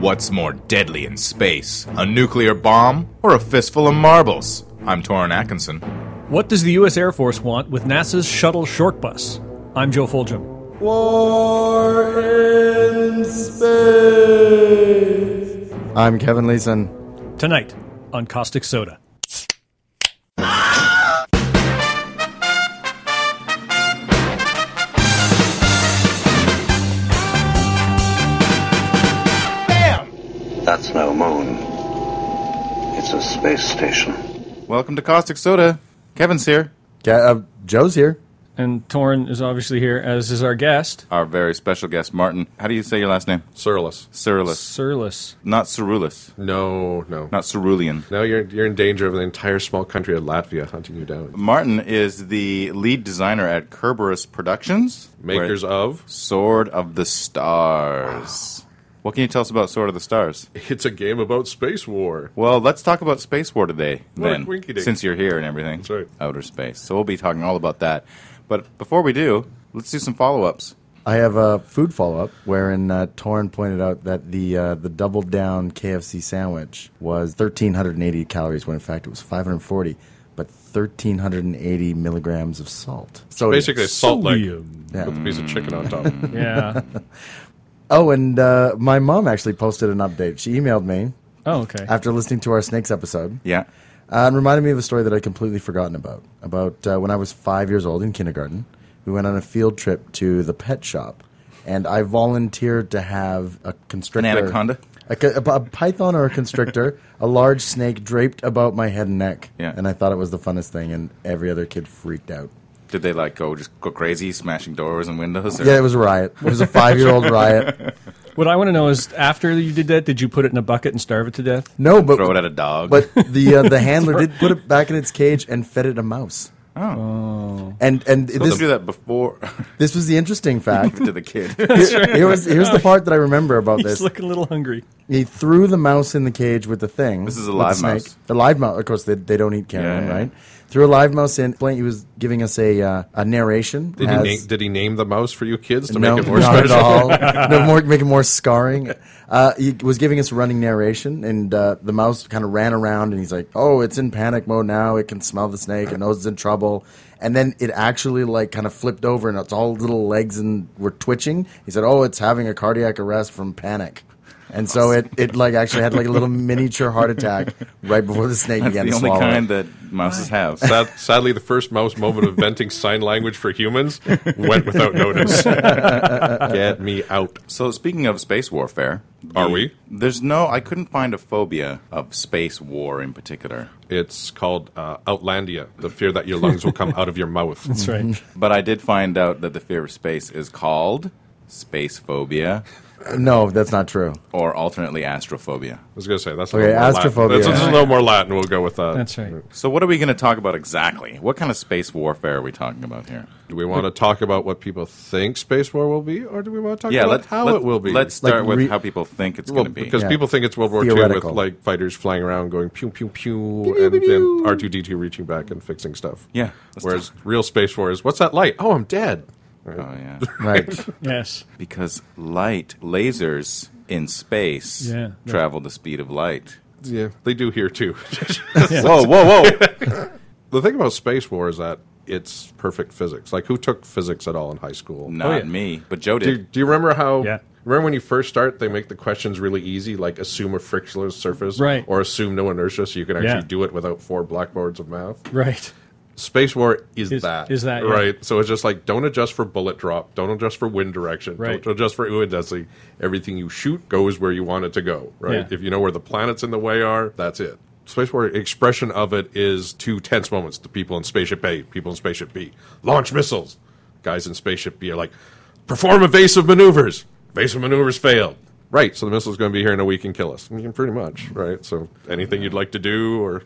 What's more deadly in space, a nuclear bomb or a fistful of marbles? I'm Torrin Atkinson. What does the U.S. Air Force want with NASA's shuttle short bus? I'm Joe Fulgham. War in space. I'm Kevin Leeson. Tonight on Caustic Soda. That's no moon. It's a space station. Welcome to Caustic Soda. Kevin's here, Ga- uh, Joe's here. And Torn is obviously here, as is our guest, our very special guest, Martin. How do you say your last name? Surlis. Cyrillus. Sirless. Not Cerulus. No, no. Not Cerulean. Now you're, you're in danger of an entire small country of Latvia hunting you down. Martin is the lead designer at Kerberos Productions. Makers where- of. Sword of the Stars. What can you tell us about Sword of the Stars? It's a game about space war. Well, let's talk about Space War today, then, winky-dink. since you're here and everything. That's right. Outer space. So we'll be talking all about that. But before we do, let's do some follow ups. I have a food follow up wherein uh, Torrin pointed out that the uh, the double down KFC sandwich was 1,380 calories when in fact it was 540, but 1,380 milligrams of salt. So Basically, a salt lake Sodium. Yeah. with a piece of chicken on top. Yeah. Oh, and uh, my mom actually posted an update. She emailed me oh, okay. after listening to our snakes episode. Yeah. Uh, and reminded me of a story that I'd completely forgotten about. About uh, when I was five years old in kindergarten, we went on a field trip to the pet shop, and I volunteered to have a constrictor, anaconda? a, co- a, a python or a constrictor, a large snake draped about my head and neck. Yeah. And I thought it was the funnest thing, and every other kid freaked out. Did they like go just go crazy, smashing doors and windows? Or? Yeah, it was a riot. It was a five-year-old riot. What I want to know is after you did that, did you put it in a bucket and starve it to death? No, but throw it at a dog. But the uh, the handler did put it back in its cage and fed it a mouse. Oh. And and Let's this do that before this was the interesting fact. to the kid. Here, here was here's the part that I remember about He's this. looking a little hungry. He threw the mouse in the cage with the thing. This is a with live the snake. mouse. The live mouse, of course, they, they don't eat Karen, Yeah, yeah. right? Threw a live mouse in. Blaine, he was giving us a uh, a narration. Did, as- he name, did he name the mouse for you kids to no, make it more not special? at all. no more, make it more scarring. Uh, he was giving us running narration, and uh, the mouse kind of ran around, and he's like, "Oh, it's in panic mode now. It can smell the snake. It knows it's in trouble." And then it actually like kind of flipped over, and its all little legs and were twitching. He said, "Oh, it's having a cardiac arrest from panic." And so it, it like actually had like a little miniature heart attack right before the snake That's began the to only swallow. it. kind that mouses have. Sad, sadly, the first mouse moment of inventing sign language for humans went without notice. Get me out. So speaking of space warfare, Are the- we? There's no. I couldn't find a phobia of space war in particular, It's called uh, Outlandia, the fear that your lungs will come out of your mouth. That's right. but I did find out that the fear of space is called space phobia No, that's not true. or alternately astrophobia. I was going to say that's a Okay, little more astrophobia. Latin. That's just a little more Latin. We'll go with that. That's right. So what are we going to talk about exactly? What kind of space warfare are we talking about here? Do we want to talk about what people think space war will be, or do we want to talk Yeah, about let, how let, it will be? Let's Like start re- with how people think it's well, going to be. because Yeah. people think it's World War II with Theoretical. like fighters flying around going pew pew pew, and then R two D two reaching back and fixing stuff. Yeah, let's Whereas real space war is what's that light? Oh, I'm dead. oh yeah, Right. Yes. because light lasers in space Yeah. travel the speed of light. Yeah, they do here too. Whoa, whoa, whoa! the thing about space war is that it's perfect physics. Like who took physics at all in high school? Not yeah. me, but Joe Do, did. do you remember how? Yeah. Remember when you first start, they make the questions really easy, like assume a frictionless surface, Right. Or assume no inertia, so you can actually Yeah. do it without four blackboards of math. Right. Space war is, Is- that is that, yeah. right? So it's just like don't adjust for bullet drop, don't adjust for wind direction, Right. don't adjust for iridescence. Everything you shoot goes where you want it to go, right? Yeah. If you know where the planets in the way are, that's it. Space war expression of it is two tense moments: the people in spaceship A, people in spaceship B, launch missiles. Guys in spaceship B are like, perform evasive maneuvers. Evasive maneuvers failed. Right, so the missile's going to be here in a week and kill us. I mean, pretty much, right? So anything you'd like to do, or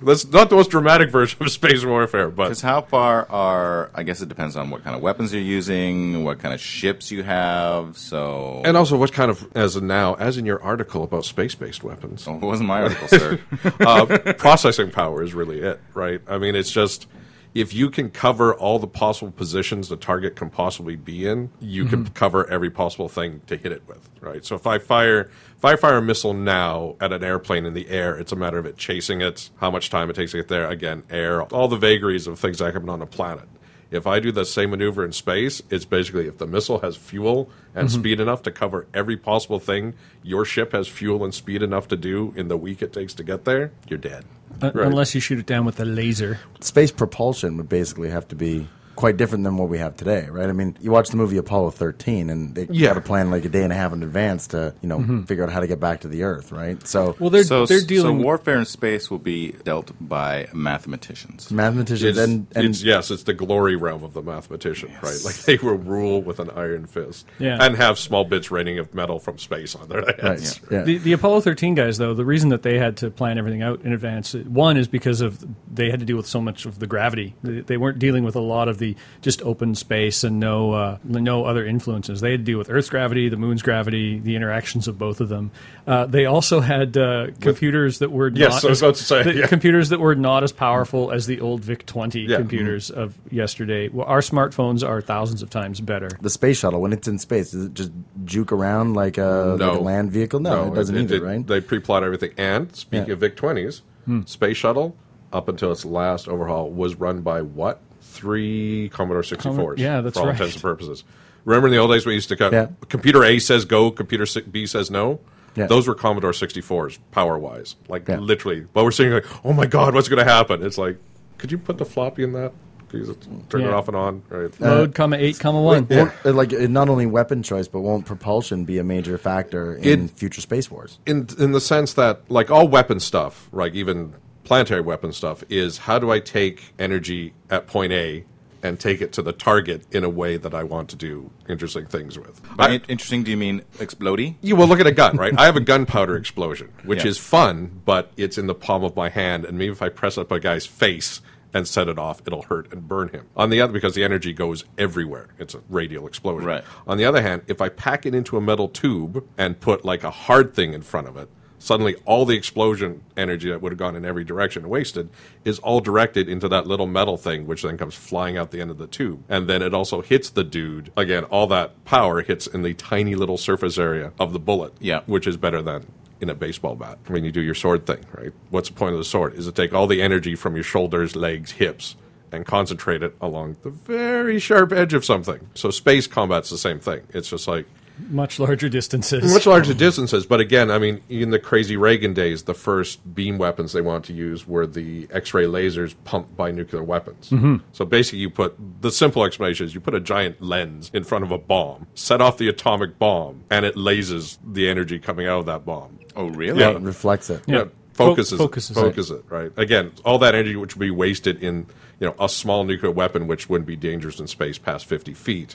that's not the most dramatic version of space warfare, but Because how far are? I guess it depends on what kind of weapons you're using, what kind of ships you have. So And also, what kind of, as in now, as in your article about space based weapons, it wasn't my article, sir. uh, processing power is really it, right? I mean, it's just if you can cover all the possible positions the target can possibly be in, you can cover every possible thing to hit it with, right? So if I fire if I fire a missile now at an airplane in the air, it's a matter of it chasing it, how much time it takes to get there, again, air, all the vagaries of things that happen on a planet. If I do the same maneuver in space, it's basically if the missile has fuel and Mm-hmm. speed enough to cover every possible thing your ship has fuel and speed enough to do in the week it takes to get there, you're dead. Un- Unless you shoot it down with a laser. Space propulsion would basically have to be quite different than what we have today, right? I mean, you watch the movie Apollo 13, and they Yeah. Mm-hmm. got to plan like a day and a half in advance to you know figure out how to get back to the Earth, right? So Well, they're so, they're so dealing. warfare in space will be dealt by mathematicians. mathematicians It's- and, and it's- yes, it's the glory realm of the mathematician, right? Like they will rule with an iron fist Yeah. and have small bits raining of metal from space on their right, heads. yeah. The, the Apollo 13 guys, though, the reason that they had to plan everything out in advance, uh, one is because of they had to deal with so much of the gravity. They, they weren't dealing with a lot of the just open space and no uh, no other influences. They had to deal with Earth's gravity, the Moon's gravity, the interactions of both of them. Uh, they also had uh, computers that were Yes, not I was as- about to say, the yeah. computers that were not as powerful as the old VIC 20 Yeah. Mm-hmm. computers of yesterday. Well, our smartphones are thousands of times better. the space shuttle when it's in space does it just juke around like a, like a land vehicle? No, it doesn't either, right? They pre-plot everything. And speaking Yeah. Hmm. of Vic twenties, space shuttle up until its last overhaul was run by what three Commodore sixty fours? yeah, that's for all right. intents and purposes. Remember in the old days when we used to cut Yeah. computer A says go, computer si- B says no. Yeah. Those were Commodore 64s, power wise. Like, Yeah. literally. But we're seeing, like, oh my God, what's going to happen? It's like, could you put the floppy in that? Could you just turn it Yeah. off and on? Right. Load, comma, eight, comma, one. Won't, uh, like uh, not only weapon choice, but won't propulsion be a major factor in It- future space wars? in in the sense that like all weapon stuff, like even planetary weapon stuff, is how do I take energy at point A and take it to the target in a way that I want to do interesting things with. By I- in- interesting, do you mean explodey? you will look at a gun, right? I have a gunpowder explosion, which Yeah. is fun, but it's in the palm of my hand, and maybe if I press up a guy's face and set it off, it'll hurt and burn him. On the other, because the energy goes everywhere, it's a radial explosion. Right. On the other hand, if I pack it into a metal tube and put like a hard thing in front of it, suddenly all the explosion energy that would have gone in every direction and wasted is all directed into that little metal thing, which then comes flying out the end of the tube. And then it also hits the dude. Again, all that power hits in the tiny little surface area of the bullet, Yeah. which is better than in a baseball bat when you do your sword thing, right? What's the point of the sword? Is to take all the energy from your shoulders, legs, hips, and concentrate it along the very sharp edge of something. So space combat's the same thing. It's just like Much larger distances. much larger distances, but again, I mean, in the crazy Reagan days, the first beam weapons they wanted to use were the X-ray lasers pumped by nuclear weapons. So basically, you put the simple explanation is you put a giant lens in front of a bomb, set off the atomic bomb, and it lases the energy coming out of that bomb. Oh, really? Yeah. It reflects it. Yeah. Yeah. Focuses, Fo- focuses, focuses it, focus it, right? Again, all that energy which would be wasted in you know a small nuclear weapon, which wouldn't be dangerous in space past fifty feet.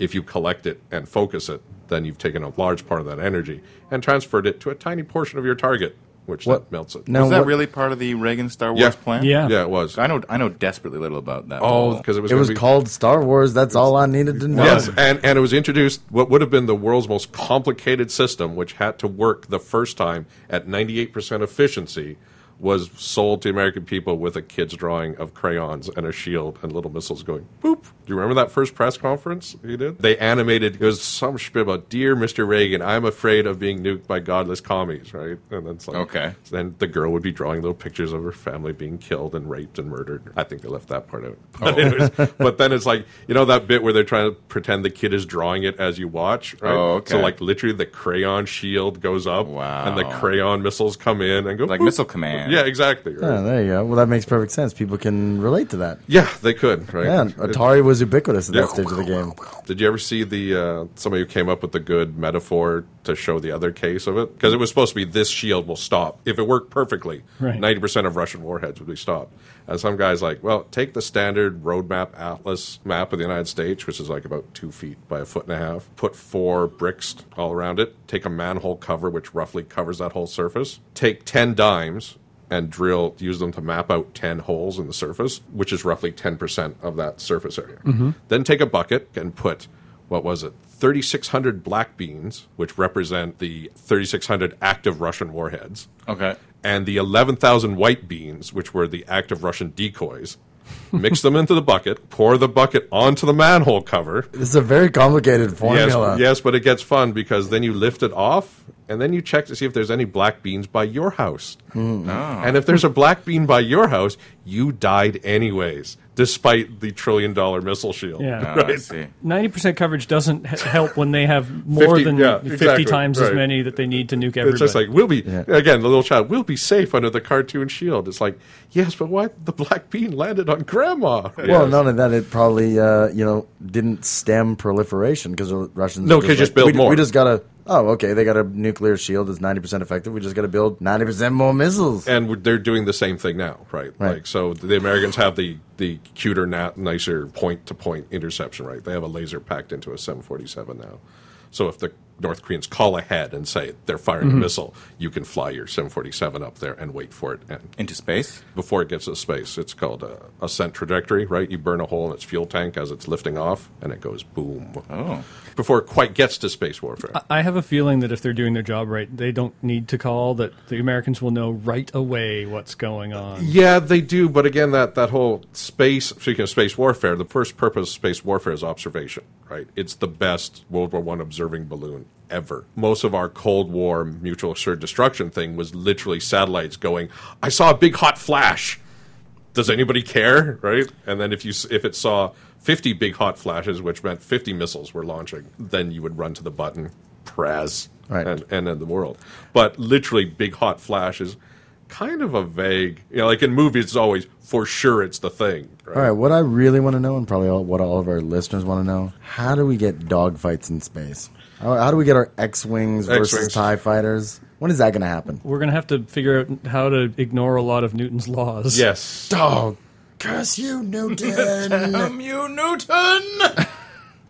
If you collect it and focus it, then you've taken a large part of that energy and transferred it to a tiny portion of your target, which then What- melts it. Now, Was that what- really part of the Reagan Star Wars Yeah. plan? Yeah. yeah, it was. I know. I know desperately little about that. Oh, because it was. It gonna was be- called Star Wars. That's all I needed to know. Yes, and, and it was introduced what would have been the world's most complicated system, which had to work the first time at 98% efficiency, was sold to the American people with a kid's drawing of crayons and a shield and little missiles going boop. Do you remember that first press conference he did? They animated, it was some shit about, Dear Mr. Reagan, I'm afraid of being nuked by godless commies, right? And then it's like, Okay. Then the girl would be drawing little pictures of her family being killed and raped and murdered. I think they left that part out. But, Oh. anyways, but then it's like you know that bit where they're trying to pretend the kid is drawing it as you watch, right? Oh, okay. So like literally the crayon shield goes up, Wow. and the crayon missiles come in and go Like boop. Missile Command. Yeah, exactly. Right? Oh, there you go. Well, that makes perfect sense. People can relate to that. Yeah, they could. Right? Yeah, It- Atari was ubiquitous at Yeah. that stage of the game. Did you ever see the uh, somebody who came up with the good metaphor to show the other case of it? Because it was supposed to be this shield will stop if it worked perfectly. Right. Ninety percent of Russian warheads would be stopped. And some guys like, well, take the standard roadmap atlas map of the United States, which is like about two feet by a foot and a half. Put four bricks all around it. Take a manhole cover, which roughly covers that whole surface. Take ten dimes and drill use them to map out 10 holes in the surface which is roughly 10% of that surface area then take a bucket and put what was it 3600 black beans which represent the 3600 active russian warheads okay. and the 11000 white beans which were the active russian decoys mix them into the bucket, pour the bucket onto the manhole cover. This is a very complicated Yes, formula. yes, but it gets fun because then you lift it off and then you check to see if there's any black beans by your house. Mm. And if there's a black bean by your house, you died anyways, despite the trillion dollar missile shield. Yeah. Oh, I see. Ninety percent coverage doesn't h- help when they have more 50 than yeah, fifty exactly, times as right. many that they need to nuke everybody. It's just like we'll be again the little child. We'll be safe under the cartoon shield. It's like yes, but why the black bean landed on Grandma? Well, Yes. none of that. It probably uh, you know didn't stem proliferation because the Russians. No, were 'cause just like, build we, more." We just gotta. Oh, okay. They got a nuclear shield that's ninety percent effective. We just gotta build ninety percent more missiles. and we're- they're doing the same thing now, right? Right. Like so, the Americans have the the cuter, na nicer point-to-point interception, right? They have a laser packed into a 747 now. So if the North Koreans call ahead and say they're firing a missile, you can fly your 747 up there and wait for it, and Into space? before it gets to space, it's called a ascent trajectory, right? You burn a hole in its fuel tank as it's lifting off, and it goes boom. Oh. Before it quite gets to space warfare. I have a feeling that if they're doing their job right, they don't need to call. That the Americans will know right away what's going on. Yeah, they do, but again, that that whole space. Speaking of space warfare, the first purpose of space warfare is observation, right? It's the best World War One observing balloon ever. Most of our Cold War mutual assured destruction thing was literally satellites going, "I saw a big hot flash." Does anybody care, right? And then if you s- if it saw fifty big hot flashes, which meant fifty missiles were launching, then you would run to the button, press, Right. and and end the world. But literally, big hot flash is kind of a vague. You know, like in movies, it's always for sure it's the thing. Right? All right. What I really want to know, and probably all, what all of our listeners want to know, how do we get dogfights in space? How, how do we get our X wings X-Wings. versus Tie fighters? When is that going to happen? We're gonna have to figure out how to ignore a lot of Newton's laws. Yes. Dog, Oh, curse you, Newton. Damn you, Newton!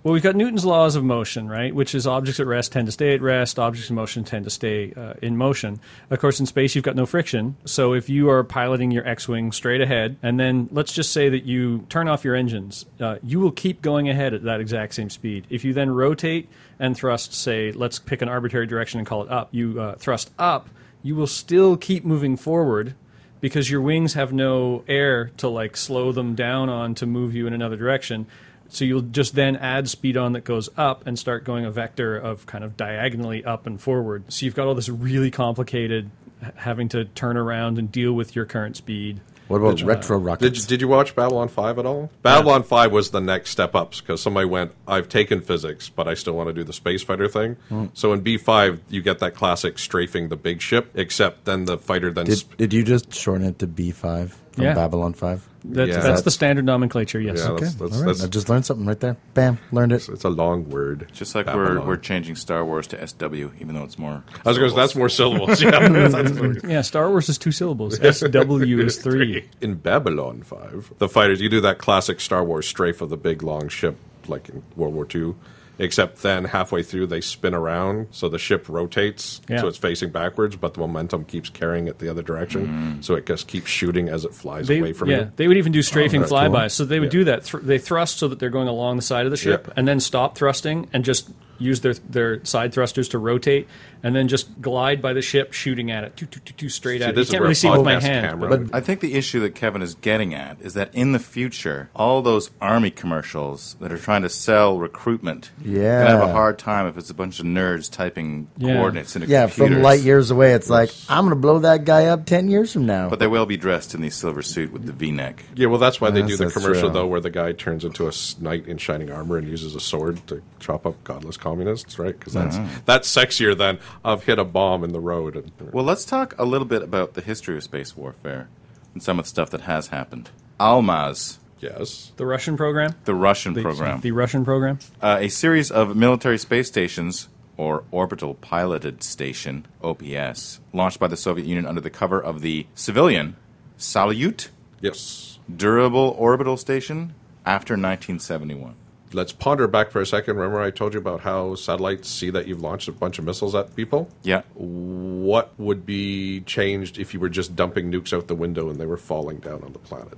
Well, we've got Newton's laws of motion, right? Which is objects at rest tend to stay at rest, objects in motion tend to stay uh, in motion. Of course, in space, you've got no friction. So if you are piloting your X Wing straight ahead, and then let's just say that you turn off your engines, uh, you will keep going ahead at that exact same speed. If you then rotate and thrust, say, let's pick an arbitrary direction and call it up, you uh, thrust up, you will still keep moving forward because your wings have no air to like slow them down on to move you in another direction. So you'll just then add speed on that goes up and start going a vector of kind of diagonally up and forward. So you've got all this really complicated h- having to turn around and deal with your current speed. what about retro rockets? Did you, did you watch Babylon 5 at all? Babylon 5 was the next step ups because somebody went, I've taken physics, but I still want to do the space fighter thing. So in B5, you get that classic strafing the big ship, except then the fighter then. Did, sp- did you just shorten it to B five from Yeah. Babylon five? That's, Yeah. that's the standard nomenclature, yes. Yeah, that's, that's, All right, that's, I just learned something right there. Bam, learned it. it's a long word. Just like we're, Babylon. we're changing Star Wars to SW, even though it's more. I was going to say, that's more syllables. Yeah. That's- Yeah, Star Wars is two syllables. SW is three. in Babylon 5, the fighters, you do that classic Star Wars strafe of the big long ship like in World War II, except then halfway through they spin around, so the ship rotates, Yeah. so it's facing backwards, but the momentum keeps carrying it the other direction, so it just keeps shooting as it flies They, away from yeah, you. they would even do strafing that's flybys. cool. So they would Yeah. do that. Thr they thrust so that they're going along the side of the ship, Yeah. and then stop thrusting and just use their their side thrusters to rotate, and then just glide by the ship, shooting at it, two, two, two, two, straight at it. You this is can't where really a see with my podcast hand. camera but- would- I think the issue that Kevin is getting at is that in the future, all those army commercials that are trying to sell recruitment, Yeah. are gonna have a hard time if it's a bunch of nerds typing Yeah. coordinates into Yeah, computers. from light years away, it's like I'm going to blow that guy up ten years from now. But they will be dressed in the silver suit with the V-neck. Yeah, well, that's why they do Yes, the that's commercial true. though, where the guy turns into a s- knight in shining armor and uses a sword to chop up godless communists, right? Because that's that's sexier than I've hit a bomb in the road. And, Well, let's talk a little bit about the history of space warfare and some of the stuff that has happened. Almaz, yes, the Russian program, the Russian the, program, the Russian program. uh, a series of military space stations or orbital piloted station (OPS) launched by the Soviet Union under the cover of the civilian Salyut yes. Durable Orbital Station after 1971. let's ponder back for a second. Remember, I told you about how satellites see that you've launched a bunch of missiles at people? Yeah. What would be changed if you were just dumping nukes out the window and they were falling down on the planet?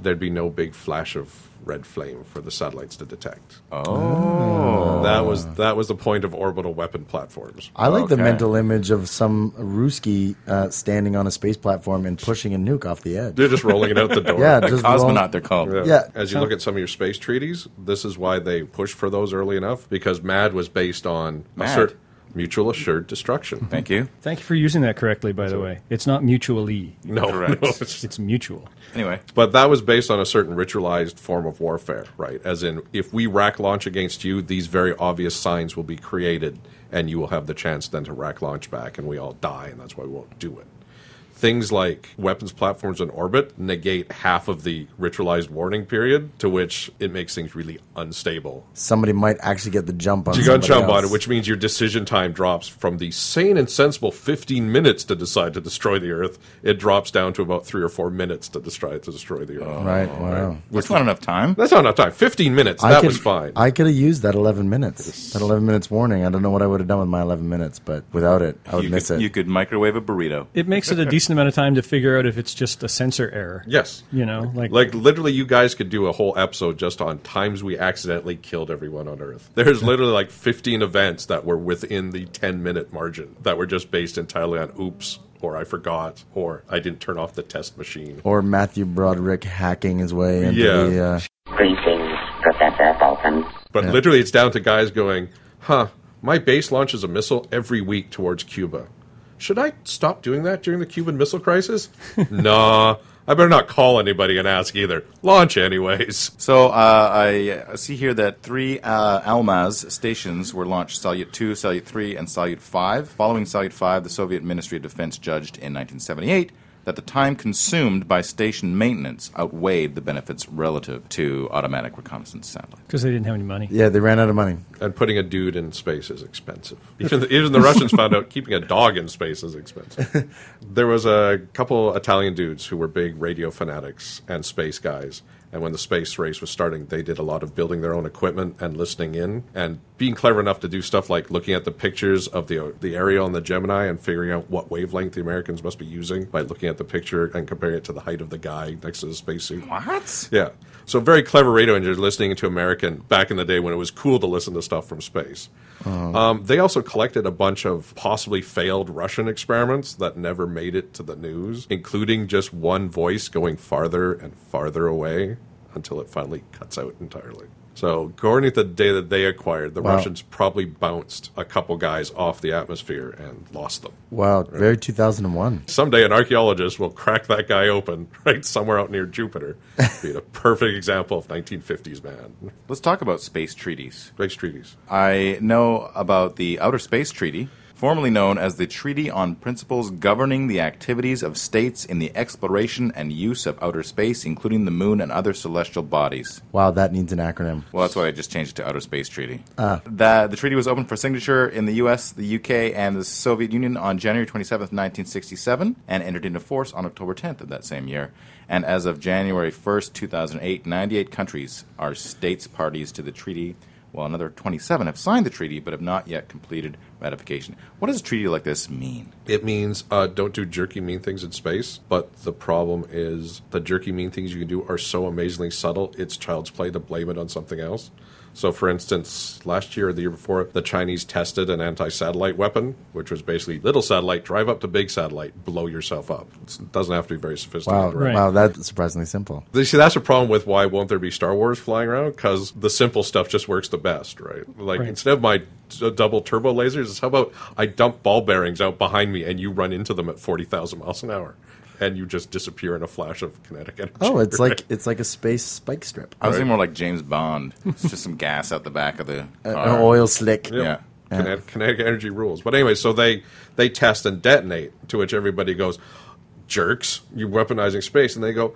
There'd be no big flash of red flame for the satellites to detect. Oh. That was that was the point of orbital weapon platforms. I like the Okay. mental image of some Ruski uh, standing on a space platform and pushing a nuke off the edge. They're just rolling it out the door. Yeah, A just cosmonaut, roll- they're called. Yeah. As you look at some of your space treaties, this is why they pushed for those early enough because MAD was based on a MAD. cert- mutual assured destruction. Thank you. Thank you for using that correctly, by the way. It's not mutually, No, Correct. no, it's- it's mutual. Anyway, but that was based on a certain ritualized form of warfare, right? As in, if we rack launch against you, these very obvious signs will be created, and you will have the chance then to rack launch back, and we all die, and that's why we won't do it. Things like weapons platforms in orbit negate half of the ritualized warning period, to which it makes things really unstable Somebody might actually get the jump on. You got somebody jump else. on it, which means your decision time drops from the sane and sensible 15 minutes to decide to destroy the Earth. It drops down to about three or four minutes to decide to destroy the Earth. right? Wow. that's not enough time. That's not enough time. 15 minutes. I that could- was fine. I could have used that 11 minutes. That 11 minutes warning. I don't know what I would have done with my 11 minutes, but without it, I would you, miss could, it. you could microwave a burrito. It makes it a decent amount of time to figure out if it's just a sensor error. yes. You know, like, Like literally, you guys could do a whole episode just on times we accidentally killed everyone on Earth. There's literally like 15 events that were within the 10 minute margin that were just based entirely on oops, or I forgot, or I didn't turn off the test machine. or Matthew Broderick hacking his way into Yeah. the. Uh, Greetings, Professor Vulcan. But literally, it's down to guys going, huh, my base launches a missile every week towards Cuba. Should I stop doing that during the Cuban Missile Crisis? nah, I better not call anybody and ask either. Launch, anyways. So uh, I uh, see here that three uh, Almaz stations were launched: Salyut 2, Salyut 3, and Salyut 5. Following Salyut 5, the Soviet Ministry of Defense judged in 1978 that the time consumed by station maintenance outweighed the benefits relative to automatic reconnaissance satellites. because they didn't have any money. yeah, they ran out of money. And putting a dude in space is expensive. Even the, even the Russians found out keeping a dog in space is expensive. There was a couple Italian dudes who were big radio fanatics and space guys. And when the space race was starting, they did a lot of building their own equipment and listening in and being clever enough to do stuff like looking at the pictures of the the Ariel and the Gemini and figuring out what wavelength the Americans must be using by looking at the picture and comparing it to the height of the guy next to the spacesuit. What? Yeah. So very clever radio engineers listening to American back in the day when it was cool to listen to stuff from space. Um, they also collected a bunch of possibly failed Russian experiments that never made it to the news, including just one voice going farther and farther away until it finally cuts out entirely. So, according to the data they acquired, the Wow. Russians probably bounced a couple guys off the atmosphere and lost them. Wow, very 2001. Someday an archaeologist will crack that guy open, right somewhere out near Jupiter. Be a perfect example of 1950s man. Let's talk about space treaties. Grace treaties. I know about the Outer Space Treaty, formerly known as the Treaty on Principles Governing the Activities of States in the Exploration and Use of Outer Space, including the Moon and other celestial bodies. Wow, that needs an acronym. Well, that's why I just changed it to Outer Space Treaty. Ah. That the treaty was open for signature in the U.S., the U.K., and the Soviet Union on January 27, 1967, and entered into force on October 10th of that same year. And as of January 1st, 2008, 98 countries are states parties to the treaty, while another 27 have signed the treaty but have not yet completed ratification. What does a treaty like this mean? It means uh, don't do jerky mean things in space, but the problem is the jerky mean things you can do are so amazingly subtle, it's child's play to blame it on something else. So, for instance, last year or the year before, the Chinese tested an anti satellite weapon, which was basically little satellite, drive up to big satellite, blow yourself up. It doesn't have to be very sophisticated. Wow, Right. right? wow, that's surprisingly simple. You see, that's a problem with why won't there be Star Wars flying around? Because the simple stuff just works the best, right? Like Right. instead of my d- double turbo lasers, it's how about I dump ball bearings out behind me and you run into them at forty thousand miles an hour, and you just disappear in a flash of kinetic energy. Oh, it's like right? it's like a space spike strip, uh, I was thinking more like James Bond. it's just some gas out the back of the Uh, an oh, car. oil slick. Yeah. Kinet- kinetic energy rules. But anyway, so they they test and detonate, to which everybody goes, "Jerks, you weaponizing space," and they go.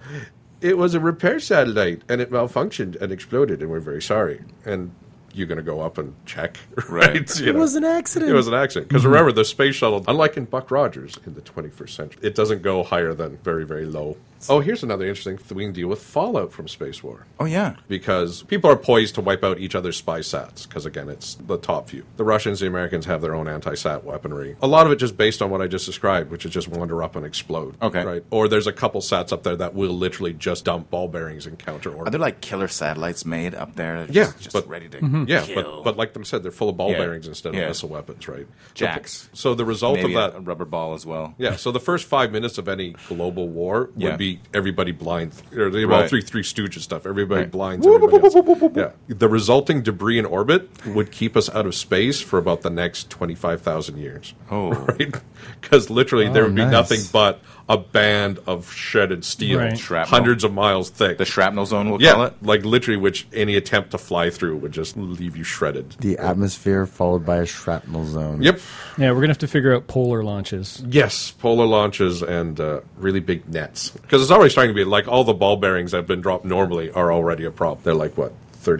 It was a repair satellite, and it malfunctioned and exploded, and we're very sorry. And you're going to go up and check, right? Right. Mm-hmm. You It know. was an accident. It was an accident. Because remember, the space shuttle, unlike in Buck Rogers in the 21st century, it doesn't go higher than very, very low. sense. Oh, here's another interesting thing we can deal with Fallout from Space War. Oh yeah. because people are poised to wipe out each other's spy sats because again it's the top few the russians the americans have their own anti-sat weaponry a lot of it just based on what i just described which is just wander up and explode Okay. right or there's a couple sats up there that will literally just dump ball bearings and counter Are orbit there like killer satellites made up there? Just, Yeah, just but- Mm-hmm. ready to yeah, kill. but, but like I said, they're full of ball Yeah. bearings instead Yeah. of missile weapons, right? Jacks. So the result maybe of a, that a rubber ball as well. Yeah, so the first five minutes of any global war would Yeah. be everybody blind, or the Right. well, three Three Stooges stuff. Everybody Right. blinds. Everybody else. Yeah, the resulting debris in orbit would keep us out of space for about the next twenty five thousand years. Oh. right, because literally there Oh, would be nice. nothing but a band of shredded steel, Right. Shrapnel. hundreds of miles thick. The shrapnel zone, we'll call yeah, it. like literally, which any attempt to fly through would just leave you shredded. The atmosphere followed by a shrapnel zone. Yep. Yeah, we're gonna have to figure out polar launches. Yes, polar launches and uh, really big nets. Because it's already starting to be like all the ball bearings that have been dropped normally are already a problem. They're like, what,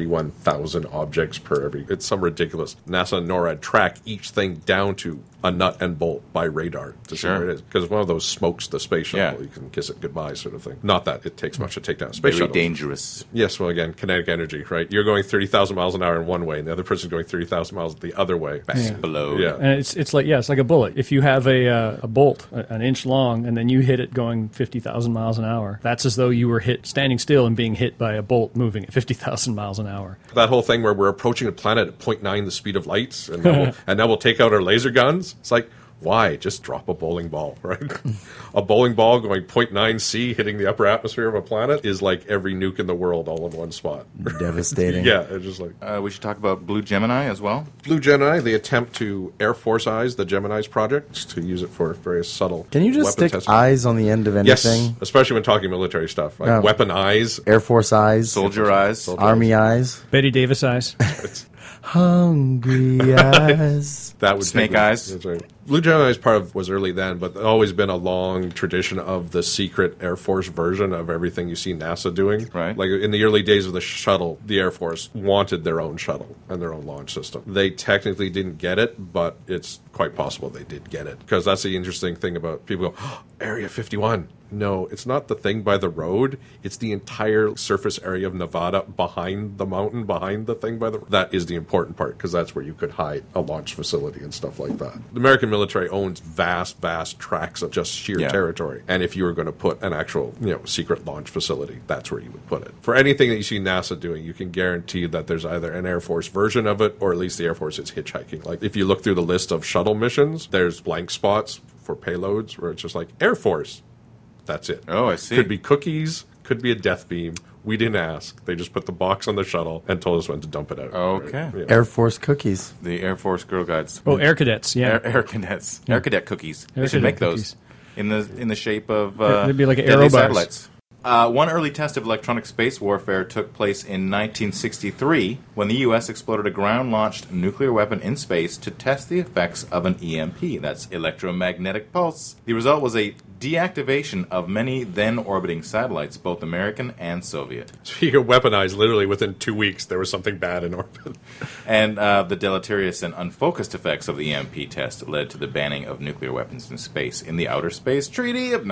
31,000 objects per every. It's some ridiculous. NASA and NORAD track each thing down to a nut and bolt by radar to see Sure. where it is. Because one of those smokes the space shuttle. Yeah. You can kiss it goodbye, sort of thing. Not that it takes much to take down a space Very shuttle. dangerous. Yes, well, again, kinetic energy, right? You're going 30,000 miles an hour in one way, and the other person's going 30,000 miles the other way. Below. Yeah. And it's it's like yeah, it's like a bullet. If you have a uh, a bolt a- an inch long and then you hit it going fifty thousand miles an hour, that's as though you were hit standing still and being hit by a bolt moving at fifty thousand miles an hour. that whole thing where we're approaching a planet at 0.9 the speed of light and now, we'll, and now we'll take out our laser guns it's like why just drop a bowling ball right a bowling ball going 0.9 c hitting the upper atmosphere of a planet is like every nuke in the world all in one spot Devastating. yeah it's just like Uh, we should talk about Blue Gemini as well. blue gemini the attempt to air force eyes the gemini's project to use it for various subtle Can you just weapon stick testing. eyes on the end of yes anything? especially when talking military stuff like Oh. weapon eyes Air Force eyes, Soldier Eyes. Army eyes, Betty Davis eyes. hungry eyes. That would Snake take- Eyes. That's right. Blue Gemini is part of was early then, but there's always been a long tradition of the secret Air Force version of everything you see NASA doing. Right. Like in the early days of the shuttle, the Air Force wanted their own shuttle and their own launch system. They technically didn't get it, but it's quite possible they did get it because that's the interesting thing about people go "Oh, Area 51. No, it's not the thing by the road. It's the entire surface area of Nevada behind the mountain, behind the thing by the that is the important part because that's where you could hide a launch facility and stuff like that. The American military owns vast, vast tracts of just sheer Yeah. territory, and if you were going to put an actual, you know, secret launch facility, that's where you would put it. For anything that you see NASA doing, you can guarantee that there's either an Air Force version of it, or at least the Air Force is hitchhiking. Like if you look through the list of shuttle missions, there's blank spots for payloads where it's just like Air Force. That's it. Oh, I see. Could be cookies. Could be a death beam. We didn't ask. They just put the box on the shuttle and told us when to dump it out. Okay. Right? Yeah. Air Force cookies. The Air Force Girl Guides. Oh, air cadets. Yeah, Air, air cadets. Air cadet cookies. Air they should cadet make those cookies. in the in the shape of uh, they'd be like deadly aero bars. satellites. Uh, one early test of electronic space warfare took place in 1963 when the U.S. exploded a ground-launched nuclear weapon in space to test the effects of an EMP, that's electromagnetic pulse. The result was a deactivation of many then-orbiting satellites, both American and Soviet. Speaking of weaponized, literally within two weeks, there was something bad in orbit. And uh, the deleterious and unfocused effects of the EMP test led to the banning of nuclear weapons in space in the Outer Space Treaty of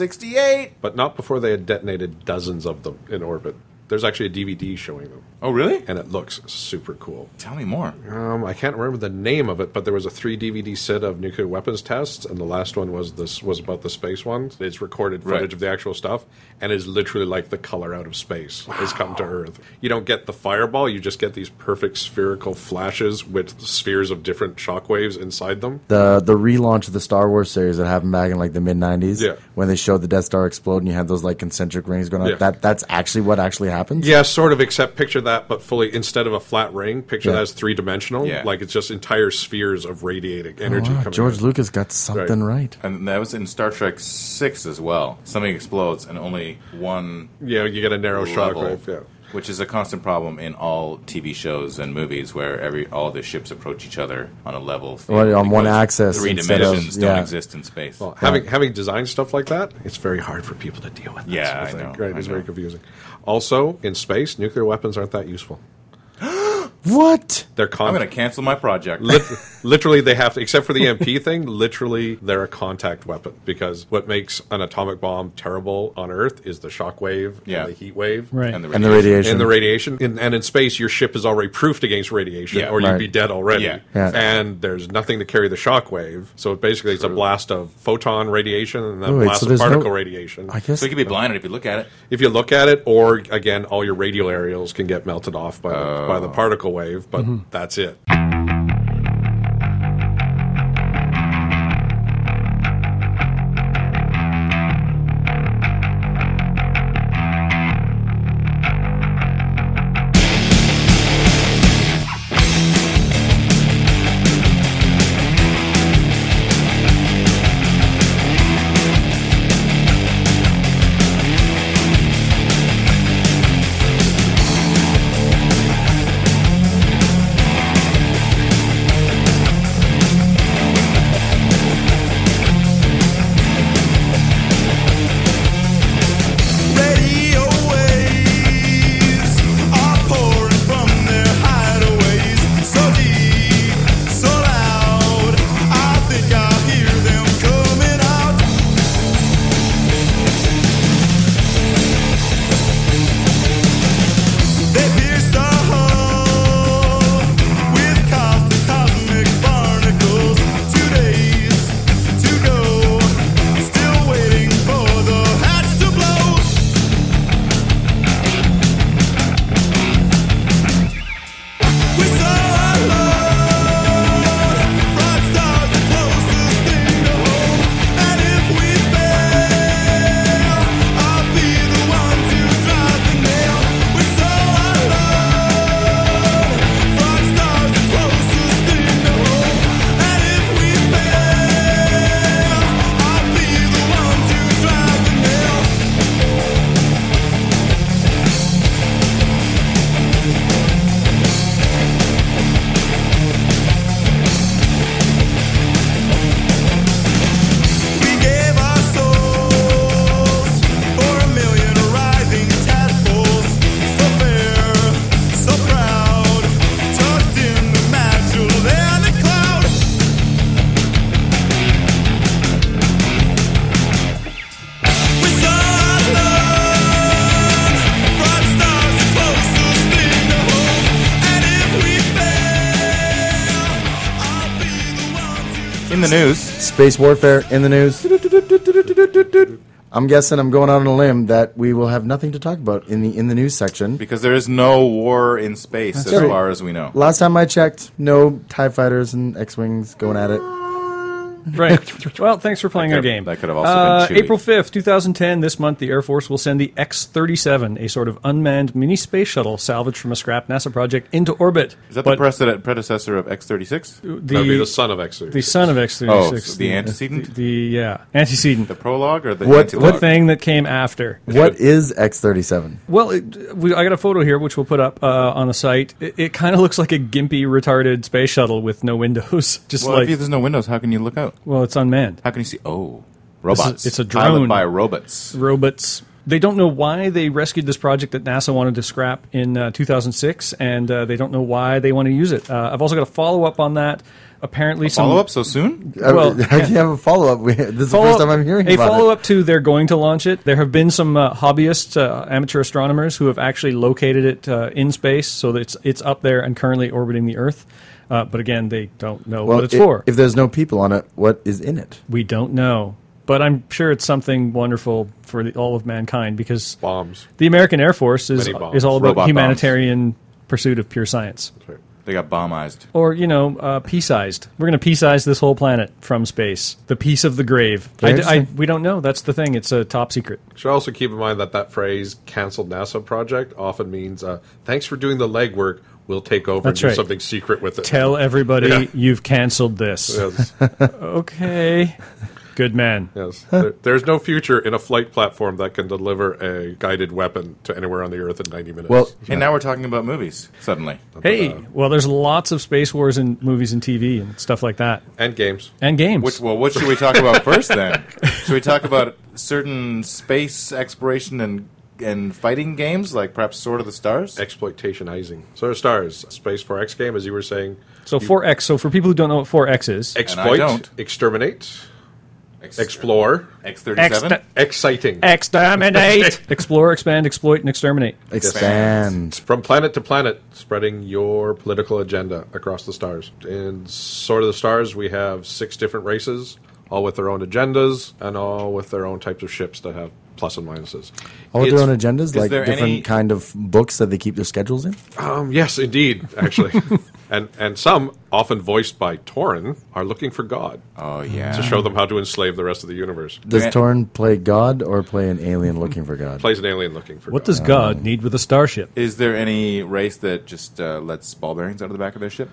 1968. but not before they had detonated dozens of them in orbit. There's actually a DVD showing them, Oh, really? and it looks super cool. Tell me more. Um, I can't remember the name of it, but there was a three DVD set of nuclear weapons tests, and the last one was this was about the space one. It's recorded footage Right. of the actual stuff, and is literally like the color out of space has come to Earth. You don't get the fireball; you just get these perfect spherical flashes with spheres of different shockwaves inside them. The the relaunch of the Star Wars series that happened back in like the mid '90s, Yeah. when they showed the Death Star explode and you had those like concentric rings going on. Yeah. That that's actually what actually happened. Yeah, sort of. Except picture that, but fully instead of a flat ring, picture Yeah. that as three dimensional. Yeah. Like it's just entire spheres of radiating energy. Oh, Wow, coming George out. Lucas got something right. And that was in Star Trek 6 as well. Something explodes and only one Yeah, you get a Oh, narrow level, shockwave. Yeah. which is a constant problem in all TV shows and movies where every all the ships approach each other on a level. field Well, on one because axis Three instead of- dimensions don't yeah. exist in space. Well, having having designed stuff like that, it's very hard for people to deal with. that Yeah, sort of I thing, know, Right, I it's know. very confusing. Also, in space, nuclear weapons aren't that useful. What? They're I'm con- going to cancel my project. Lit- literally, they have to, except for the MP thing, literally, they're a contact weapon because what makes an atomic bomb terrible on Earth is the shock wave Yeah. and the heat wave. Right. and the And the radiation. radiation. And the radiation, in, and in space, your ship is already proofed against radiation, Yeah. or Right. you'd be dead already. Yeah. Yeah. And there's nothing to carry the shock wave, so basically, it's a blast of photon radiation and then Oh, a wait, blast so of there's no- particle radiation. I guess. So you could be blinded if you look at it. If you look at it, or again, all your radial aerials can get melted off by, the, by the particle wave, but that's it. Radio waves are pouring from their hideaways, so deep, so loud. I think I hear them coming out. They pierce the hull with cosmic, cosmic barnacles. Two days to go, still waiting for the hatch to blow. We saw our love, bright stars, the closest thing to home. And if we fail, I'll be the one to drive the nail. We saw our love, bright stars, the closest thing to home. And if we fail, I'll be the one to drive the nail. We gave our souls for a million arriving tadpoles, so fair, so proud, tucked in the magical and the cloud. We saw our love, bright stars, the closest thing to home, and if we fail, I'll be the one to. In the news, Space warfare in the news. I'm guessing I'm going out on a limb that we will have nothing to talk about in the in the news section. because there is no war in space as right. far as we know. Last time I checked, no Tie Fighters and X Wings going at it. Right. Well, thanks for playing That our could- game. that could have also Uh, been Chewie. April 5th, 2010, this month, the Air Force will send the X 37, a sort of unmanned mini space shuttle salvaged from a scrap NASA project, into orbit. Is that But the precedent, predecessor of X-36? the, That would be the son of X. the son of X 36. Oh, so the antecedent? The, yeah, antecedent. The prologue or the What- antilogue? the thing that came after. What is X thirty seven? Well, it, we, I got a photo here, which we'll put up uh, on the site. It, it kind of looks like a gimpy, retarded space shuttle with no windows. Just Well, if you- like, there's no windows, how can you look out? well, it's unmanned. How can you see? Oh, robots. it's a Piloted drone. by robots. robots. They don't know why they rescued this project that NASA wanted to scrap in uh, 2006, and uh, they don't know why they want to use it. Uh, I've also got a follow up on that. Apparently, some Follow up so soon? Well, I can have a follow up. This is the Follow- first time I'm hearing a about follow it. up to they're going to launch it. There have been some uh, hobbyist uh, amateur astronomers who have actually located it uh, in space, so that it's it's up there and currently orbiting the Earth. Uh, but again, they don't know Well, what it's i- for. If there's no people on it, what is in it? we don't know, but I'm sure it's something wonderful for the, all of mankind because bombs. The American Air Force is, Many bombs. is all about Robot humanitarian pursuit of pure science. They got bombized. Or, you know, uh, pea-sized. We're going to pea-size this whole planet from space. The piece of the grave. I, Very I- interesting. we don't know. That's the thing. It's a top secret. Should also keep in mind that that phrase "canceled NASA project" often means uh, "thanks for doing the legwork. We'll take over That's and do right. something secret with it." Tell everybody Yeah. you've canceled this. yes, Okay. Good man. yes. There- there's no future in a flight platform that can deliver a guided weapon to anywhere on the Earth in 90 minutes. Well, And now we're talking about movies suddenly. uh, Hey, well, there's lots of space wars in movies and TV and stuff like that. and games. And games. Which, well, what should we talk about first then? Should we talk about certain space exploration and and fighting games, like perhaps Sword of the Stars. Exploitationizing. So there are stars. Space 4X game, as you were saying. So 4X. So for people who don't know what 4X is, And I Exploit, don't. exterminate, explore, X thirty seven. Ex- exciting. exterminate, explore, expand, exploit, and exterminate. Expand. From planet to planet, spreading your political agenda across the stars. In Sword of the Stars, we have six different races, all with their own agendas and all with their own types of ships that have plus and minuses. All with It's- their own agendas, like there different any- kind of books that they keep their schedules in. Um, yes, indeed, actually. and, and some, often voiced by Torin, are looking for God Oh yeah. to show Ah. them how to enslave the rest of the universe. Does Yeah. Torn play God or play an alien looking for God? Plays an alien looking for What God. does God need with a starship? Is there any race that just uh, lets ball bearings out of the back of their ship?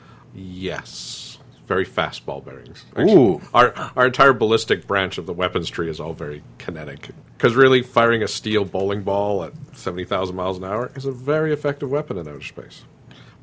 Yes. Very fast ball bearings. Ooh. Our, our entire ballistic branch of the weapons tree is all very kinetic. Because really, firing a steel bowling ball at 70,000 miles an hour is a very effective weapon in outer space.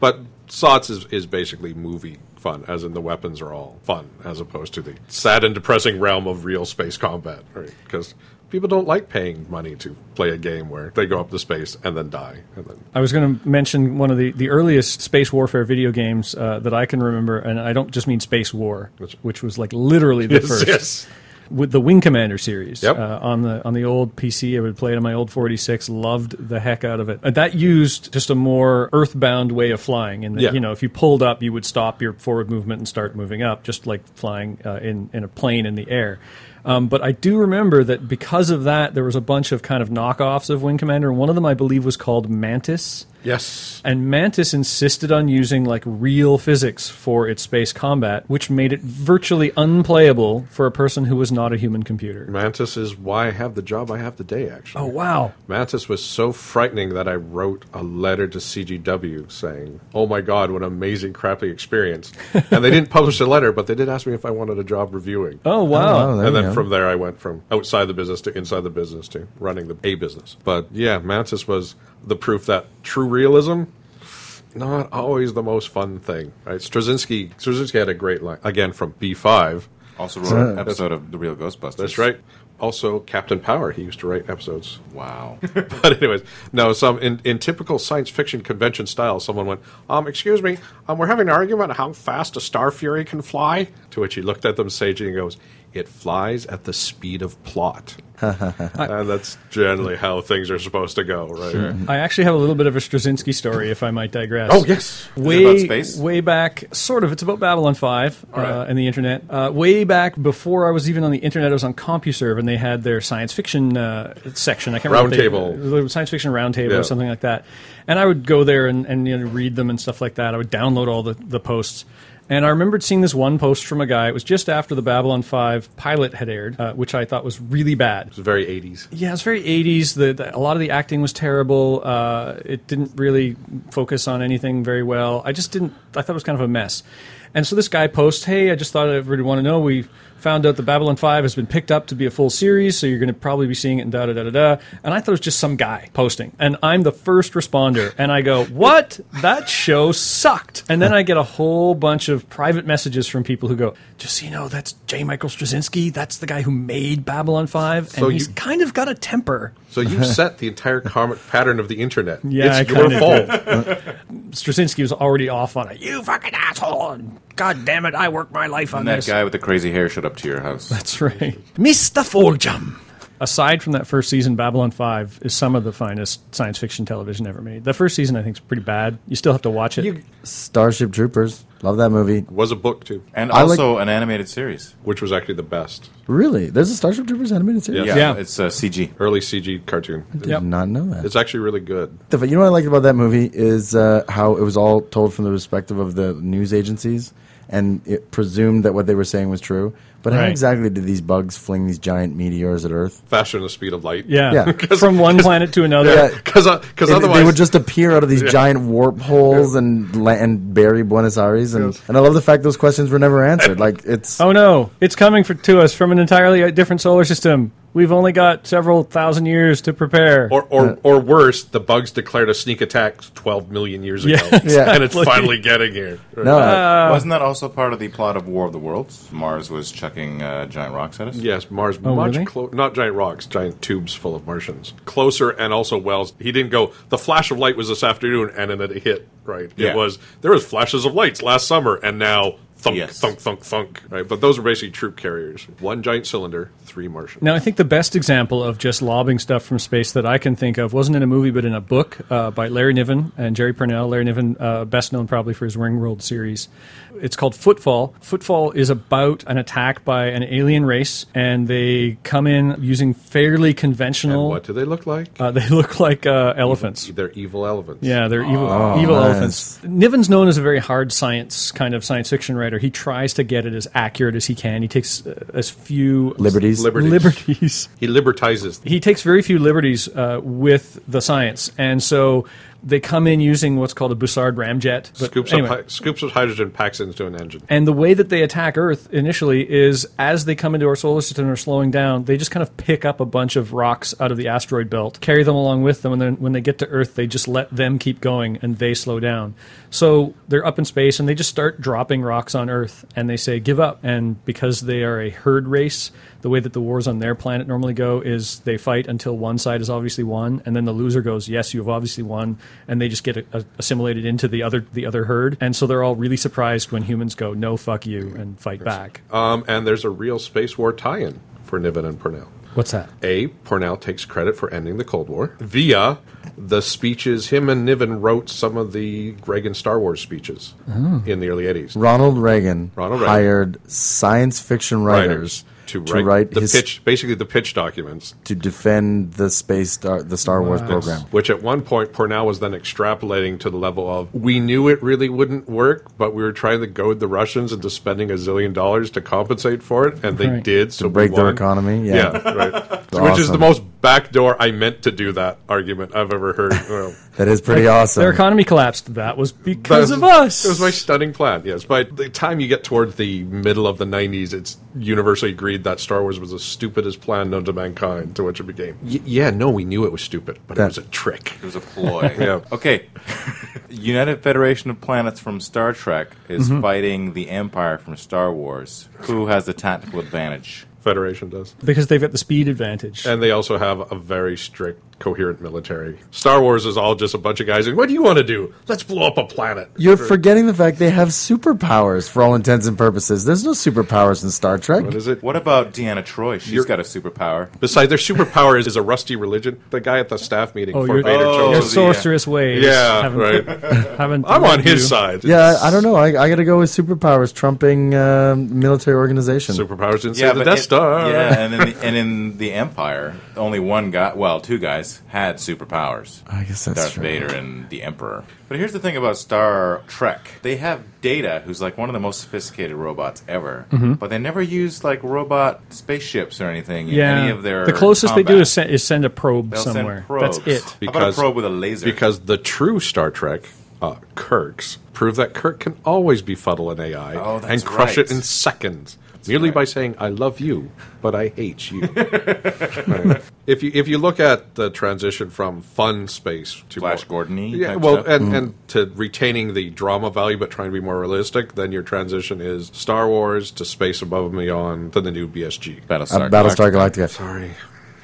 But SOTS is, is basically movie fun, as in the weapons are all fun, as opposed to the sad and depressing realm of real space combat. Because people don't like paying money to play a game where they go up to space and then die. And then I was going to mention one of the, the earliest space warfare video games uh, that I can remember, and I don't just mean Space War, which was like literally the first with the Wing Commander series Yep. uh, on the on the old PC. I would play it on my old 46. Loved the heck out of it. Uh, that used just a more earthbound way of flying. In that, Yeah. you know, if you pulled up, you would stop your forward movement and start moving up, just like flying uh, in in a plane in the air. Um, but I do remember that because of that, there was a bunch of kind of knockoffs of Wing Commander, and one of them I believe was called Mantis. Yes. And Mantis insisted on using like real physics for its space combat, which made it virtually unplayable for a person who was not a human computer. Mantis is why I have the job I have today, actually. Oh wow! Mantis was so frightening that I wrote a letter to CGW saying, Oh my god, what an amazing, crappy experience. and they didn't publish the letter, but they did ask me if I wanted a job reviewing. Oh wow! Oh, there and you then go. from there, I went from outside the business to inside the business to running the A business. But yeah, Mantis was the proof that true realism, not always the most fun thing. Right? Straczynski, Straczynski had a great line, again, from B5. Also wrote an episode of The Real Ghostbusters. That's right. Also, Captain Power, he used to write episodes Wow. but anyways, no. Some in, in typical science fiction convention style, someone went, "Um, excuse me, um, we're having an argument on how fast a Star Fury can fly." To which he looked at them sagely and goes, "It flies at the speed of plot." and that's generally how things are supposed to go, right? I actually have a little bit of a Straczynski story, if I might digress. Oh yes, way about space? way back sort of it's about babylon 5 uh, and the internet uh, way back before i was even on the internet i was on compuserve and they had their science fiction uh, section i can't remember Roundtable. if they- the science fiction roundtable Yeah. or something like that and i would go there and, and you know, read them and stuff like that i would download all the, the posts and I remembered seeing this one post from a guy. It was just after the Babylon 5 pilot had aired, uh, which I thought was really bad. it's very eighties. Yeah, it's very 80s. The, the, a lot of the acting was terrible. Uh, it didn't really focus on anything very well. I just didn't, I thought it was kind of a mess. And so this guy posts, Hey, I just thought everybody would want to know. We found out the Babylon 5 has been picked up to be a full series, so you're going to probably be seeing it in da da da da da. And I thought it was just some guy posting. And I'm the first responder. And I go, What? That show sucked. And then I get a whole bunch of private messages from people who go, Just so you know, that's J. Michael Straczynski. That's the guy who made Babylon 5. So and he's you- kind of got a temper. So you set the entire comic pattern of the internet. Yeah, it's I your kinda fault. Straczynski was already off on it. You fucking asshole! And God damn it, I worked my life on And that this. guy with the crazy hair showed up to your house. That's right, Mister Foljam. Aside from that first season, Babylon Five is some of the finest science fiction television ever made. The first season, I think, is pretty bad. You still have to watch it. Starship Troopers. Love that movie. Was a book too, And I like- also an animated series. which was actually the best Really? There's a Starship Troopers animated series? Yeah. Yeah, it's uh, CG. early CG cartoon. Yep. Did not know that. It's actually really good. The- you know what I liked about that movie is uh, how it was all told from the perspective of the news agencies, and it presumed that what they were saying was true. But how Right. exactly did these bugs fling these giant meteors at Earth? Faster than the speed of light. yeah, Yeah. from one planet to another. Yeah. because because It- otherwise they would just appear out of these giant warp holes and la- and bury Buenos Aires. And, and I love the fact those questions were never answered. Like it's Oh no, it's coming for, to us from an entirely different solar system. We've only got several thousand years to prepare. or or, or worse, the bugs declared a sneak attack twelve million years ago, Yeah. and it's finally getting here. Right. no, Wasn't that also part of the plot of War of the Worlds? Mars was chucking uh, giant rocks at us? Yes, Mars Oh, were much they? clo- not giant rocks, giant tubes full of Martians. Closer and also Wells. He didn't go. The flash of light was this afternoon, and then it hit. Right. Yeah. It was there was flashes of lights last summer, and now thunk Yes. thunk thunk thunk. Right. But those are basically troop carriers. One giant cylinder, three Martians. Now, I think the best example of just lobbing stuff from space that I can think of wasn't in a movie, but in a book uh, by Larry Niven and Jerry Purnell. Larry Niven, uh, best known probably for his Ringworld series. It's called Footfall. Footfall is about an attack by an alien race, and they come in using fairly And conventional. what do they look like? Uh, they look like uh, elephants. They're evil Oh, elephants. Yeah, they're evil, evil nice. elephants. Niven's known as a very hard science kind of science fiction writer. He tries to get it as accurate as he can. He takes uh, as few Liberties. Liberties. liberties He libertizes. he takes very few liberties uh, with the science, and so they come in using what's called a Bussard ramjet. But scoops anyway. up, hy- scoops of hydrogen, packs it into an engine. and the way that they attack Earth initially is as they come into our solar system and are slowing down, they just kind of pick up a bunch of rocks out of the asteroid belt, carry them along with them, and then when they get to Earth, they just let them keep going and they slow down. So they're up in space and they just start dropping rocks on Earth and they say, give up. And because they are a herd race, the way that the wars on their planet normally go is they fight until one side is obviously won, and then the loser goes, "Yes, you have obviously won," and they just get a, a- assimilated into the other the other herd, and so they're all really surprised when humans go, "No, fuck you," and fight back. Um, and there's a real space war tie-in for Niven and Purnell. What's that? A. Pornell takes credit for ending the Cold War via the speeches. Him and Niven wrote some of the Reagan Star Wars speeches Oh. in the early 80s. Ronald Reagan, Ronald Reagan. hired science fiction writers, to write, the his, pitch, basically the pitch documents. to defend the space star, the Star Wars program. Which at one point Pornell was then extrapolating to the level of we knew it really wouldn't work, but we were trying to goad the Russians into spending a zillion dollars to compensate for it, and they Right. did. So we break their won. economy, yeah. right. Which is the awesome. most backdoor I meant to do that argument I've ever heard. Well, That is pretty awesome. Their economy collapsed. That was because That of was- us. It was my stunning plan, yes. By the time you get towards the middle of the 90s, it's universally agreed that Star Wars was the stupidest plan known to mankind, to which it became. Y- yeah, no, we knew it was stupid, but it That- was a trick. It was a ploy. Yeah. Okay. United Federation of Planets from Star Trek is Mm-hmm. fighting the Empire from Star Wars. Who has the tactical advantage? Federation does. because they've got the speed advantage. And they also have a very strict, coherent military. Star Wars is all just a bunch of guys going, What do you want to do? Let's blow up a planet. You're forgetting the fact they have superpowers for all intents and purposes. There's no superpowers in Star Trek. What is it? What about Deanna Troy? She's You're- got a superpower. Besides, their superpower is, is a rusty religion. The guy at the staff meeting Oh, for you're, Vader Oh, your chose. the, uh, sorceress ways. Yeah, haven't, right. haven't I'm on led you. his side. Yeah, I I don't know. I, I got to go with superpowers trumping uh, military organization. Superpowers didn't save the Death it- Star. Yeah, and in the, and in the Empire, only one guy, well, two guys had superpowers. Ah, I guess that's Darth true. Vader and the Emperor. But here's the thing about Star Trek: they have Data, who's like one of the most sophisticated robots ever, Mm-hmm. but they never use like robot spaceships or anything. Yeah, in any of their the closest they do combat. is send, is send a probe They'll send somewhere. probes. That's it. How about a Because- probe with a laser? because the true Star Trek, uh, Kirk's, prove that Kirk can always befuddle an AI Oh, that's and crush right. it in seconds, merely right. by saying "I love you, but I hate you." Right. If you if you look at the transition from fun space to Flash more- Gordon-y yeah, type well, stuff? Mm. and, and to retaining the drama value but trying to be more realistic, then your transition is Star Wars to space above and beyond to the new BSG. Uh, Battlestar, Battlestar Galactica. Sorry.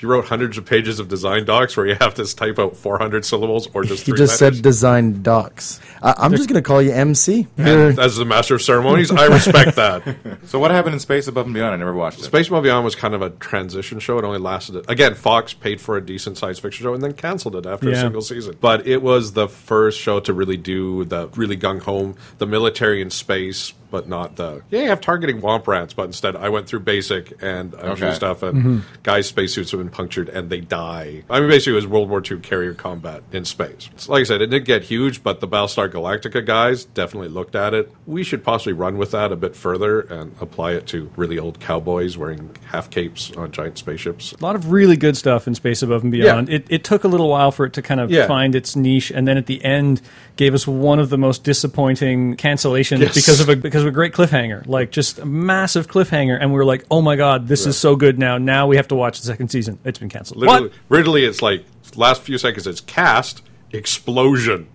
You wrote hundreds of pages of design docs where you have to type out 400 syllables or just He three just letters. said design docs. I, I'm just going to call you MC. You're- And as the master of ceremonies, I respect that. So what happened in Space Above and Beyond? I never watched it. Space Above and Beyond was kind of a transition show. It only lasted again. Fox paid for a decent science fiction show and then canceled it after a Yeah. single season. But it was the first show to really do the really gung home the military in space, but not the yeah. I'm targeting womp rats, but instead I went through basic and I Okay. drew stuff and guys' spacesuits have been punctured and they die. I mean, basically it was World War II carrier combat in space. So like I said, it did get huge, but the Battlestar Galactica guys definitely looked at it. We should possibly run with that a bit further and apply it to really old cowboys wearing half capes on giant spaceships. a lot of really good stuff in Space Above and Beyond. It, it took a little while for it to kind of Yeah. find its niche, and then at the end, gave us one of the most disappointing cancellations Yes. because of a because of a great cliffhanger, like just a massive cliffhanger, and we were like, oh my god, this is so good now. Now we have to watch the second season. It's been canceled. Literally, What? literally, it's like last few seconds. It's cast explosion.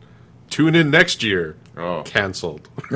Tune in next year. Oh. canceled.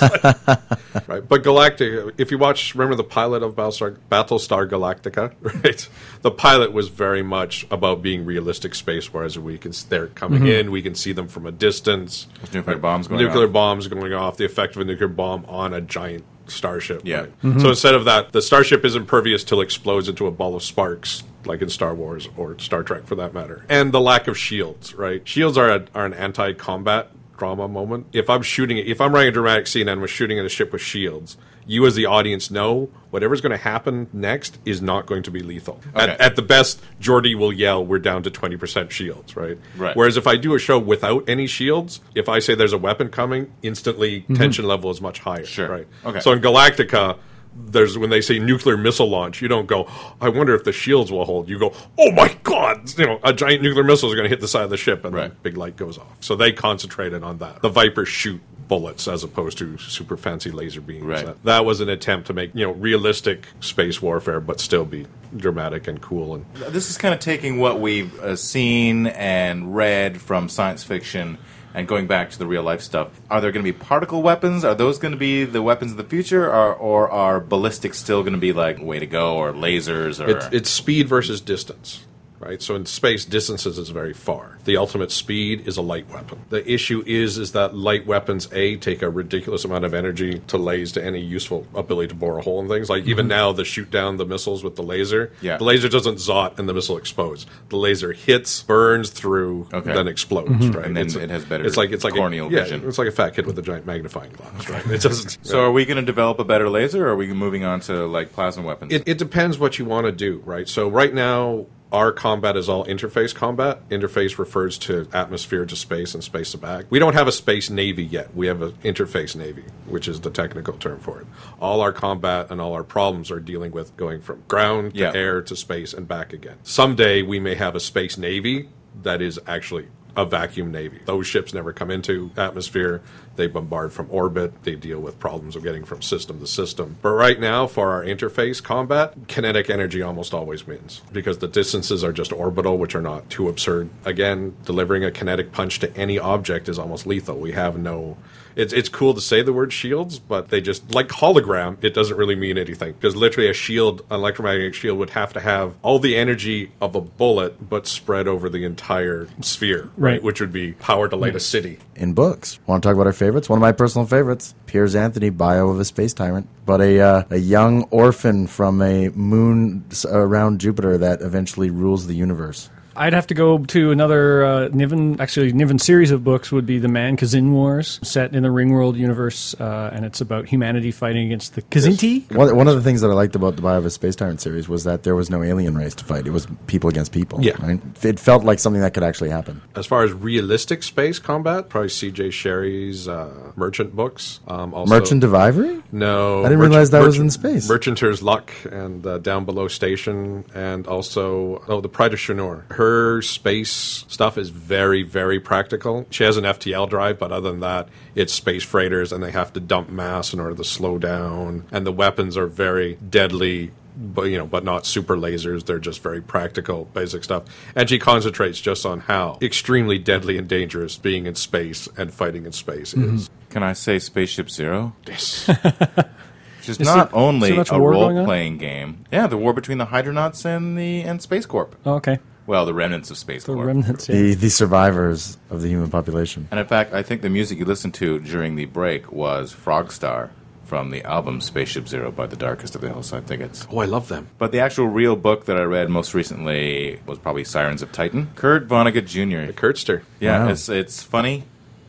right? But Galactic, if you watch, remember the pilot of Battlestar, Battlestar Galactica, right? The pilot was very much about being realistic space, whereas we can they're coming in, we can see them from a distance. There's nuclear bombs going nuclear off. bombs going off, the effect of a nuclear bomb on a giant starship. Yeah. Mm-hmm. right? So instead of that, the starship is impervious till it explodes into a ball of sparks. Like in Star Wars or Star Trek, for that matter, and the lack of shields. Right, shields are a, are an anti-combat drama moment. If I'm shooting, if I'm writing a dramatic scene and we're shooting at a ship with shields, you as the audience know whatever's going to happen next is not going to be lethal. Okay. At, at the best, Jordy will yell, "We're down to twenty percent shields," right? Right. Whereas if I do a show without any shields, if I say there's a weapon coming, instantly tension level is much higher. Mm-hmm. Sure. Right. Okay. So in Galactica. There's when they say nuclear missile launch, you don't go. I wonder if the shields will hold. You go, oh my god! You know, a giant nuclear missile is going to hit the side of the ship, and Right. the big light goes off. So they concentrated on that. The Vipers shoot bullets as opposed to super fancy laser beams. Right. That, that was an attempt to make you know realistic space warfare, but still be dramatic and cool and This is kind of taking what we've uh, seen and read from science fiction and going back to the real life stuff. Are there going to be particle weapons? Are those going to be the weapons of the future, or, or are ballistics still going to be like way to go, or lasers, or It's, it's speed versus distance, right? So in space, distances is very far. The ultimate speed is a light weapon. The issue is is that light weapons a take a ridiculous amount of energy to laze to any useful ability to bore a hole in things. Like even now, the shoot down the missiles with the laser. Mhm. Yeah. The laser doesn't zot and the missile explodes. The laser hits, burns through, Okay. Mhm. then explodes. Right. And then It's- it has better It's like it's like corneal a, yeah, vision. It's like a fat kid with a giant magnifying glass. Right. It doesn't. So are we going to develop a better laser, or are we moving on to like plasma weapons? It, it depends what you want to do, right? So right now, our combat is all interface combat. Interface refers to atmosphere to space and space to back. We don't have a space navy yet. We have an interface navy, which is the technical term for it. All our combat and all our problems are dealing with going from ground to Yeah. air to space and back again. Someday we may have a space navy that is actually a vacuum navy. Those ships never come into atmosphere. They bombard from orbit. They deal with problems of getting from system to system. But right now, for our interface combat, kinetic energy almost always wins because the distances are just orbital, which are not too absurd. Again, delivering a kinetic punch to any object is almost lethal. We have no. It's, it's cool to say the word shields, but they just like hologram. It doesn't really mean anything because literally a shield, an electromagnetic shield, would have to have all the energy of a bullet, but spread over the entire sphere, Right. Which would be power to light a city. in books. Want to talk about our favorites? One of my personal favorites, Piers Anthony, Bio of a Space Tyrant, but a uh, a young orphan from a moon s- around Jupiter that eventually rules the universe. I'd have to go to another uh, Niven, actually Niven series of books would be the Man Kazin Wars, set in the Ringworld universe, uh, and it's about humanity fighting against the Kazinti. One, one of the things that I liked about the Bio of a Space Tyrant series was that there was no alien race to fight; it was people against people. Yeah. right? it felt like something that could actually happen. As far as realistic space combat, probably C.J. Sherry's uh, merchant books. Um, also, Merchant of Ivory. No, I didn't realize that was in space. Merchanter's Luck and uh, Down Below Station, and also oh, the Pride of Shanor. Her space stuff is very, very practical. She has an FTL drive, but other than that, it's space freighters, and they have to dump mass in order to slow down. And the weapons are very deadly. But you know, but not super lasers. They're just very practical, basic stuff. And she concentrates just on how extremely deadly and dangerous being in space and fighting in space Mm-hmm. is. Can I say Spaceship Zero? Yes. Which is Is not there- only so much a war going on? role-playing game. Yeah, the war between the Hydronauts and the and Space Corp. Oh, okay, Well, the remnants of Space the Corp. remnants. yeah. The, the survivors of the human population. And in fact, I think the music you listened to during the break was Frogstar from the album Spaceship Zero by the Darkest of the Hillside Thickets. oh, I love them. But the actual real book that I read most recently was probably Sirens of Titan. Kurt Vonnegut Jr. Kurtster. Yeah, Wow. it's it's funny,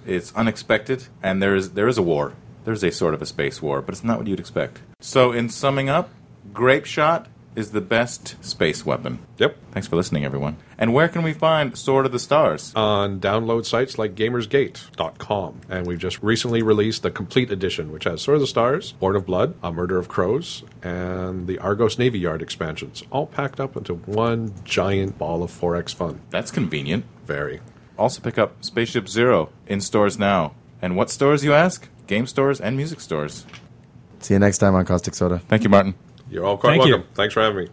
it's unexpected, and there is there is a war. There's a sort of a space war, but it's not what you'd expect. So, in summing up, grape shot is the best space weapon. Yep. Thanks for listening, everyone. And where can we find Sword of the Stars? on download sites like gamersgate.com. And we've just recently released the complete edition, which has Sword of the Stars, Born of Blood, A Murder of Crows, and the Argos Navy Yard expansions, all packed up into one giant ball of 4X fun. That's convenient. Very. Also, pick up Spaceship Zero in stores now. And what stores, you ask? Game stores and music stores. See you next time on Caustic Soda. Thank you, Martin. You're all quite Thank you. welcome. Thanks for having me.